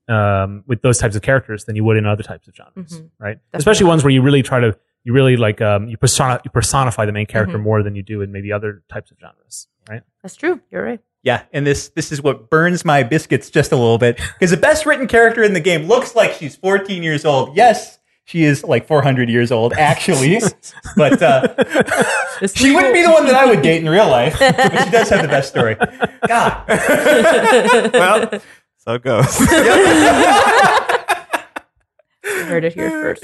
um, with those types of characters than you would in other types of genres,
Mhm.
right? Especially ones where you really try to you really like um, you persona you personify the main character
Mhm.
more than you do in maybe other types of genres, right?
That's true. You're right.
Yeah, and this this is what burns my biscuits just a little bit because the best written character in the game looks like she's 14 years old. Yes, she is like 400 years old actually, but uh, she wouldn't be the one that I would date in real life. But she does have the best story. God,
well, so it goes.
You heard it here first.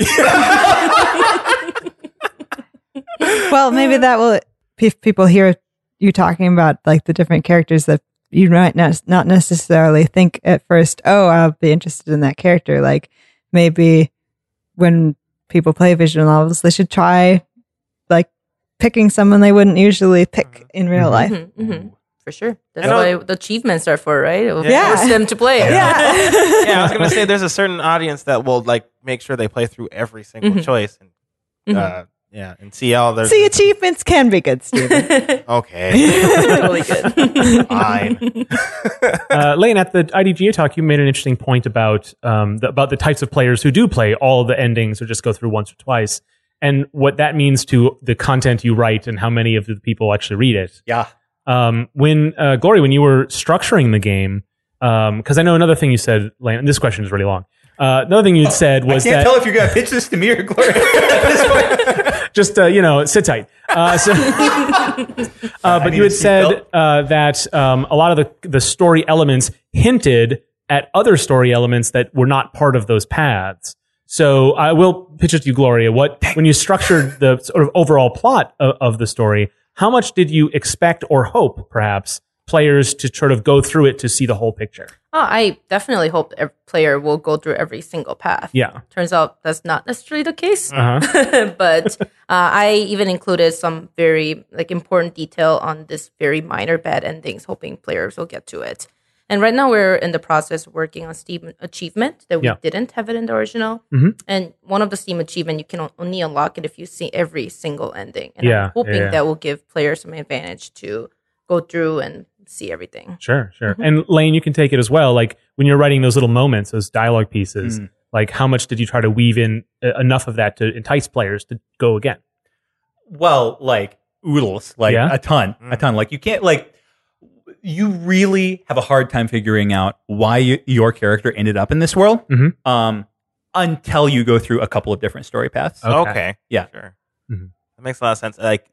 well, maybe that will if people hear you talking about like the different characters that you might not not necessarily think at first. Oh, I'll be interested in that character. Like maybe when people play visual novels, they should try like picking someone they wouldn't usually pick in real life.
Mhm, mhm. For sure. That's
And I'll-
why the achievements are for, right? It will
Yeah.
force them to play. it.
Yeah.
yeah, I was gonna say there's a certain audience that will like make sure they play through every single
Mm-hmm.
Mhm.
choice and
Mhm.
uh, yeah, and see all their
See, achievements can be good, Steven.
okay.
totally good.
Fine.
uh, Lane, at the IDGA talk, you made an interesting point about um, the, about the types of players who do play all the endings or just go through once or twice, and what that means to the content you write and how many of the people actually read it.
yeah,
Um, when uh, Glory, when you were structuring the game, because I know another thing you said, Lane, and this question is really long. Uh, another thing you'd said
I
was
can't
that
tell if you're gonna pitch this to me or Gloria. at this point.
just uh, you know sit tight. Uh, so, uh, but
need
you
a
had said
seatbelt.
uh, that um, a lot of the the story elements hinted at other story elements that were not part of those paths. So I will pitch it to you, Gloria. What when you structured the sort of overall plot of, of the story, how much did you expect or hope, perhaps, players to sort of go through it to see the whole picture.
Oh, I definitely hope every player will go through every single path.
Yeah.
Turns out that's not necessarily the case.
Uh-huh.
but uh, I even included some very like important detail on this very minor bad endings, hoping players will get to it. And right now we're in the process of working on Steam achievement that we
Yeah.
didn't have it in the original.
Mhm.
And one of the Steam achievement you can on- only unlock it if you see every single ending. And
Yeah,
I'm hoping
yeah.
that will give players some advantage to go through and see everything.
Sure, sure.
Mhm.
And Lane, you can take it as well. Like when you're writing those little moments, those dialogue pieces,
Mm.
like how much did you try to weave in uh, enough of that to entice players to go again?
well, like oodles, like
Yeah?
a ton, a
Mm.
ton. Like you can't like you really have a hard time figuring out why you, your character ended up in this world
Mhm.
um, until you go through a couple of different story paths.
Okay.
Okay.
Yeah. Mm-hmm.
Sure.
Mhm.
That makes a lot of sense. Like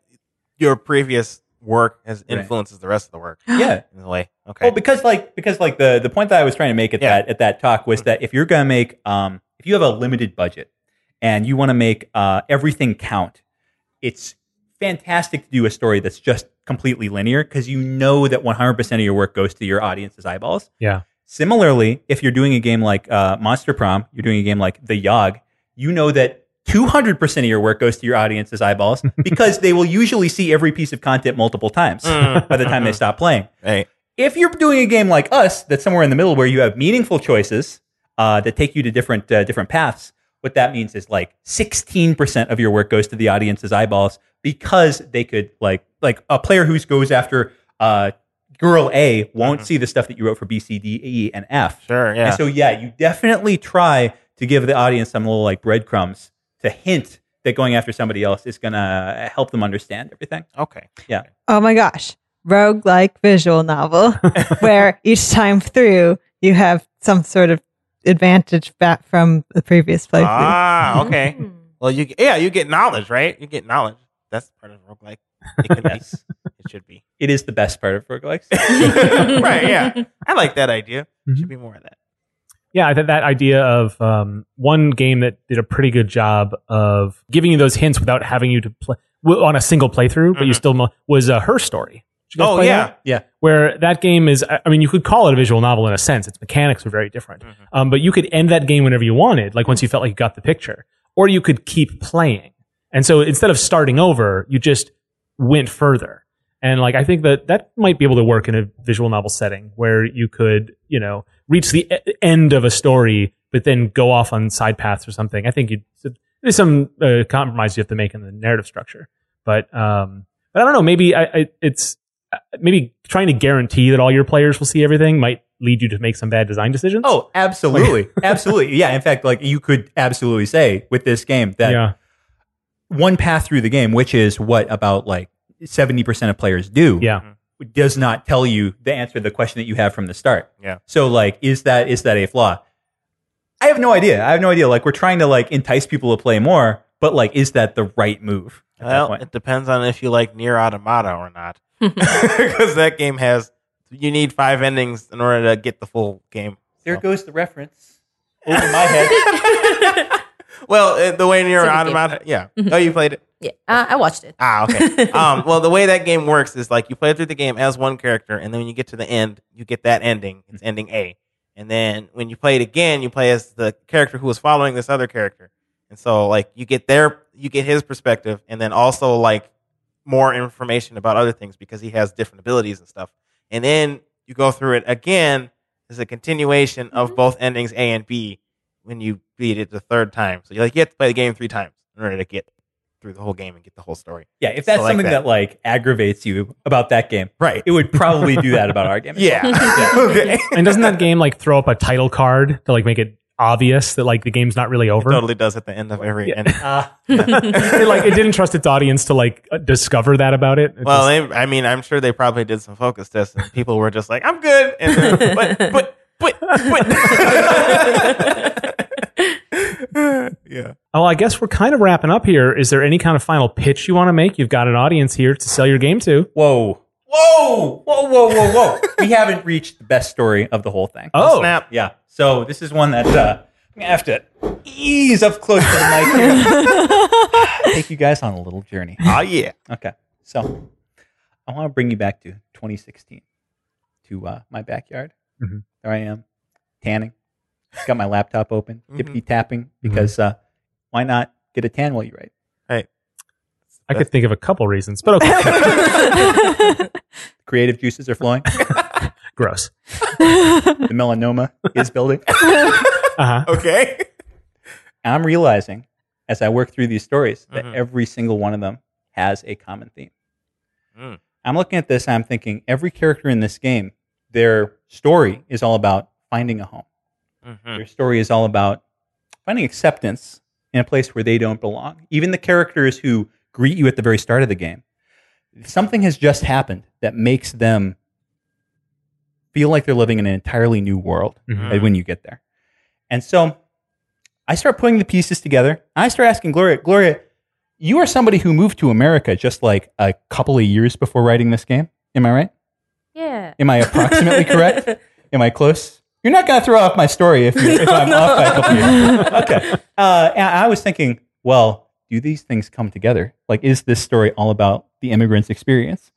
your previous work has
Right.
influences the rest of the work
Yeah.
in a way. Okay.
Well, because like because like the the point that I was trying to make at
Yeah.
that at that talk was that if you're gonna make um if you have a limited budget and you want to make uh, everything count, it's fantastic to do a story that's just completely linear because you know that 100% of your work goes to your audience's eyeballs.
Yeah.
Similarly, if you're doing a game like uh, Monster Prom, you're doing a game like The Yog, you know that 200% of your work goes to your audience's eyeballs because they will usually see every piece of content multiple times
Mm.
by the time they stop playing
Right.
if you're doing a game like us that's somewhere in the middle where you have meaningful choices uh, that take you to different uh, different paths what that means is like 16% of your work goes to the audience's eyeballs because they could like like a player who goes after uh, girl a won't see the stuff that you wrote for b c d e and f
Sure. Yeah.
and so yeah you definitely try to give the audience some little like breadcrumbs to hint that going after somebody else is gonna help them understand everything
okay.
Oh my gosh. Rogue-like visual novel where each time through you have some sort of advantage back from the previous playthrough.
Ah. Okay.
Mm.
Well, you yeah you get knowledge right. You get knowledge. That's part of roguelike. It could be.
yes
It should be.
it is the best part of roguelikes
right. Yeah. I like that idea.
Mhm.
Mm-hmm.
Should be more of that.
Yeah, I think that idea of um, one game that did a pretty good job of giving you those hints without having you to play well, on a single playthrough, but you
Mhm.
still mo- was uh, her story. Did you guys
Oh,
play
yeah.
that?
Yeah.
Where that game is, I I mean, you could call it a visual novel in a sense. Its mechanics are very different,
Mhm.
um, but you could end that game whenever you wanted, like once you felt like you got the picture, or you could keep playing. And so instead of starting over, you just went further. And like I think that that might be able to work in a visual novel setting where you could, you know, reach the e- end of a story but then go off on side paths or something. I think you there's some uh, compromise you have to make in the narrative structure. But um but I don't know, maybe I, I it's uh, maybe trying to guarantee that all your players will see everything might lead you to make some bad design decisions.
Oh, absolutely. absolutely. Yeah. In fact, like you could absolutely say with this game that
yeah.
one path through the game, which is what about like 70% of players do,
Yeah.
does not tell you the answer to the question that you have from the start.
Yeah.
So like, is that is that a flaw? I have no idea. I have no idea. Like we're trying to like entice people to play more, but like is that the right move? at that
Well,
point?
it depends on if you like Near Automata or not, because that game has you need five endings in order to get the full game.
there
So-
goes the reference over my head.
Well, uh, the way Near
It's like a game
Automata, yeah.
Mhm.
Oh, you played it.
Yeah, uh, I watched it.
Ah, okay. um, well, the way that game works is like you play through the game as one character, and then when you get to the end, you get that ending. It's ending A. And then when you play it again, you play as the character who was following this other character. And so, like, you get their, you get his perspective, and then also, like, more information about other things because he has different abilities and stuff. And then you go through it again as a continuation of
Mhm.
both endings A and B when you beat it the third time. So, you like, you have to play the game three times in order to get through the whole game and get the whole story.
Yeah, if that's
So like
something
that.
that like aggravates you about that game,
Right.
it would probably do that about our game. as well.
Yeah. okay.
And doesn't that game like throw up a title card to like make it obvious that like the game's not really over? Uh,
It totally does at the end of every
Yeah.
ending.
Ah.
it, like it didn't trust its audience to like uh, discover that about it. It
Well,
just-
they, I mean, I'm sure they probably did some focus tests, and people were just like, "I'm good," and then, but but but but. yeah.
well, Oh, I guess we're kind of wrapping up here. Is there any kind of final pitch you want to make? You've got an audience here to sell your game to.
Whoa. Whoa. Whoa, whoa, whoa, whoa. we haven't reached the best story of the whole thing.
Oh,
Snap.
Yeah. So this is one that uh, I'm going to have to ease up close to the mic here. Take you guys on a little journey.
Oh Ah, yeah.
Okay. So I want to bring you back to 2016. to uh, my backyard.
Mhm.
There I am, tanning. Got my laptop open,
Mhm.
tippity tapping, because uh, why not get a tan while you write?
I could think of a couple reasons, but okay.
Creative juices are flowing.
Gross.
the melanoma is building.
Uh huh.
Okay.
I'm realizing as I work through these stories that
Mhm.
every single one of them has a common theme.
Mm.
I'm looking at this and I'm thinking every character in this game, their story is all about finding a home.
Mm-hmm.
Mhm.
Their story is all about finding acceptance in a place where they don't belong. Even the characters who greet you at the very start of the game, something has just happened that makes them feel like they're living in an entirely new world
Mm-hmm.
Mhm.
when you get there. And so I start putting the pieces together. I start asking Gloria, Gloria, you are somebody who moved to America just like a couple of years before writing this game. Am I right?
yeah.
Am I approximately correct? Am I close? You're not going to throw off my story if, you, if I'm
No,
off by a
no.
couple years. Okay. Uh, and I was thinking, well, do these things come together? Like, is this story all about the immigrant's experience?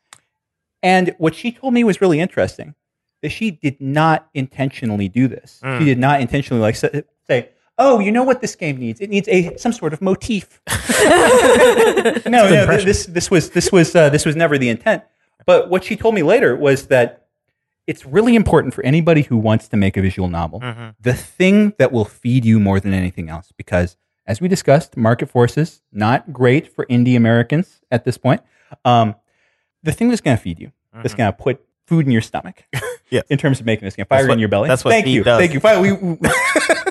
And what she told me was really interesting that she did not intentionally do this.
Mm.
Hmm.
She did not intentionally, like, sa- say, oh, you know what this game needs? It needs a some sort of motif. no, no, th-
impression.
this this was this was uh, this was never the intent. But what she told me later was that it's really important for anybody who wants to make a visual novel
Mhm.
the thing that will feed you more than anything else because as we discussed market forces not great for indie americans at this point um, the thing that's going to feed you that's going to put food in your stomach
Mm-hmm. Yes.
in terms of making this game fire
what-
in your belly
that's what
thank
feed
you
does.
thank you Finally, we, we,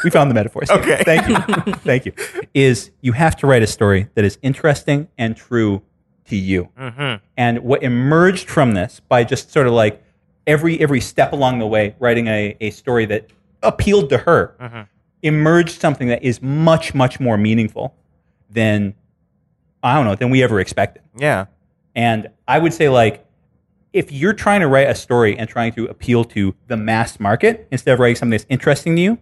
we found the metaphors
Okay.
thank you thank you is you have to write a story that is interesting and true to you
Mhm.
and what emerged from this by just sort of like every every step along the way writing a, a story that appealed to her
Mhm.
emerged something that is much much more meaningful than i don't know than we ever expected
Yeah.
and i would say like if you're trying to write a story and trying to appeal to the mass market instead of writing something that's interesting to you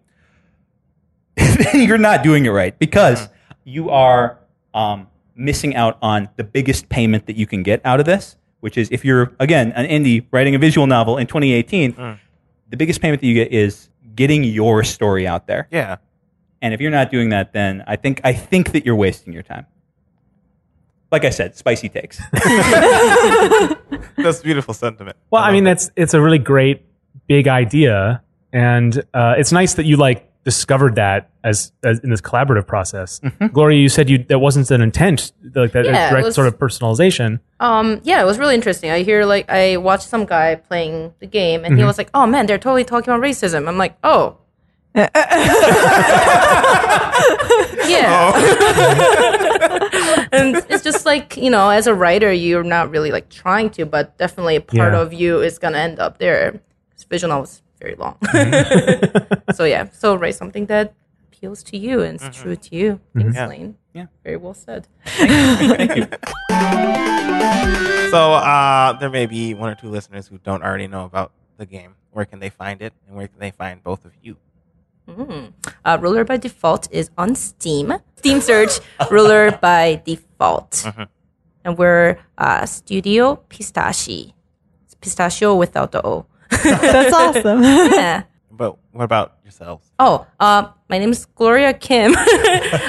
then you're not doing it right because you are um, missing out on the biggest payment that you can get out of this, which is if you're, again, an indie writing a visual novel in 2018,
Mm.
the biggest payment that you get is getting your story out there.
Yeah.
And if you're not doing that, then I think, I think that you're wasting your time. Like I said, spicy takes.
That's beautiful sentiment.
Well, I
love
mean,
it.
that's it's a really great big idea, and uh, it's nice that you like discovered that as, as in this collaborative process.
Mm-hmm.
Gloria, you said you that wasn't an intent, like that
Yeah, it
direct
was-
sort of personalization.
Um, yeah, it was really interesting. I hear like I watched some guy playing the game, and he was like, "Oh man, they're totally talking about racism." I'm like, "Oh, yeah." and it's just like you know, as a writer, you're not really like trying to, but definitely a part
Yeah.
of you is gonna end up there. This visual novel is very long, so yeah. So write something that appeals to you and it's true to you. Thanks,
Yeah.
Lane.
Yeah.
very well said.
So uh, there may be one or two listeners who don't already know about the game. Where can they find it, and where can they find both of you?
Uh, Ruler by Default is on Steam. Steam search Ruler by Default. And we're uh, Studio Pistachi. It's pistachio without the O.
That's awesome.
Yeah.
But what about yourselves?
Oh, uh, my name is Gloria Kim. uh,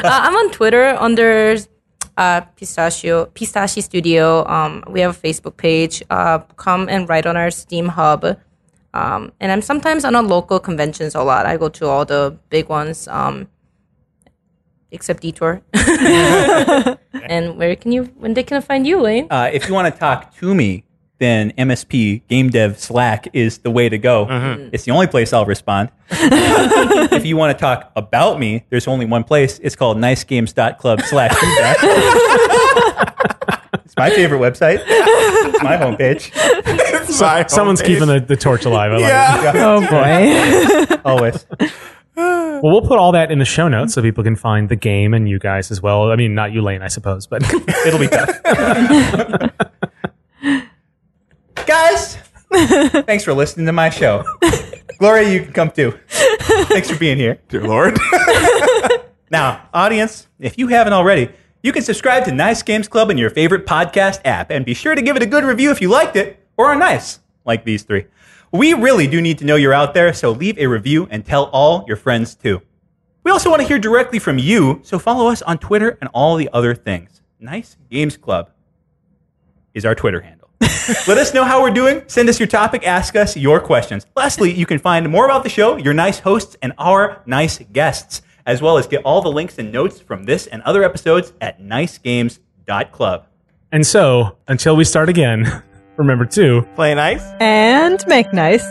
I'm on Twitter under uh, Pistachio Pistachi Studio. Um, we have a Facebook page. Uh, come and write on our Steam Hub. Um, and I'm sometimes on a local conventions a lot. I go to all the big ones, um, except Detour. and where can you? When they can find you, Lane?
uh, if you want to talk to me, then MSP Game Dev Slack is the way to go. It's the only place I'll respond. if you want to talk about me, there's only one place. It's called nicegames.club slash feedback. it's my favorite website. It's my homepage.
Oh,
Someone's keeping the, the torch alive. I like it.
oh boy.
Always.
Well, we'll put all that in the show notes so people can find the game and you guys as well. I mean, not you, Lane, I suppose, but
It'll be tough. Guys, thanks for listening to my show. Gloria, you can come too. Thanks for being here.
dear Lord.
Now, audience, if you haven't already, you can subscribe to Nice Games Club in your favorite podcast app and be sure to give it a good review if you liked it or are nice, like these three. We really do need to know you're out there, so leave a review and tell all your friends too. We also want to hear directly from you, so follow us on Twitter and all the other things. Nice Games Club is our Twitter handle. Let us know how we're doing. Send us your topic. Ask us your questions. Lastly, you can find more about the show, your nice hosts, and our nice guests, as well as get all the links and notes from this and other episodes at nicegames.club.
And so, until we start again, remember to
Play nice.
And make nice.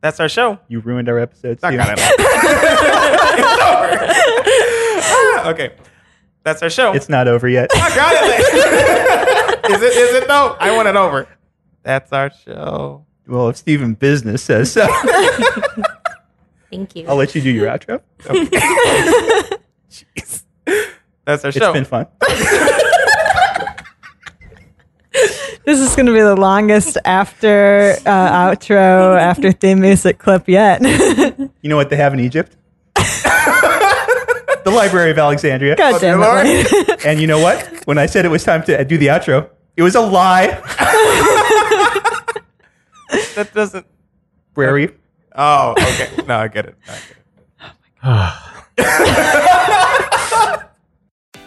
That's our show.
You ruined our episode.
Not
Steven.
kind of. it's over. Ah, okay. That's our show.
It's not over yet.
I got it. man. is it? Is it though? I want it over. That's our show.
well, if Steven Business says so,
Thank you.
I'll let you do your outro.
That's our
It's
show.
been fun.
This is going to be the longest after uh, outro, after theme music clip yet. God
You know what they have in Egypt? the Library of Alexandria.
damn it.
Lord.
Lane.
And you know what? When I said it was time to do the outro, it was a lie.
that doesn't.
Library.
Oh, okay. No, I get it. I get it.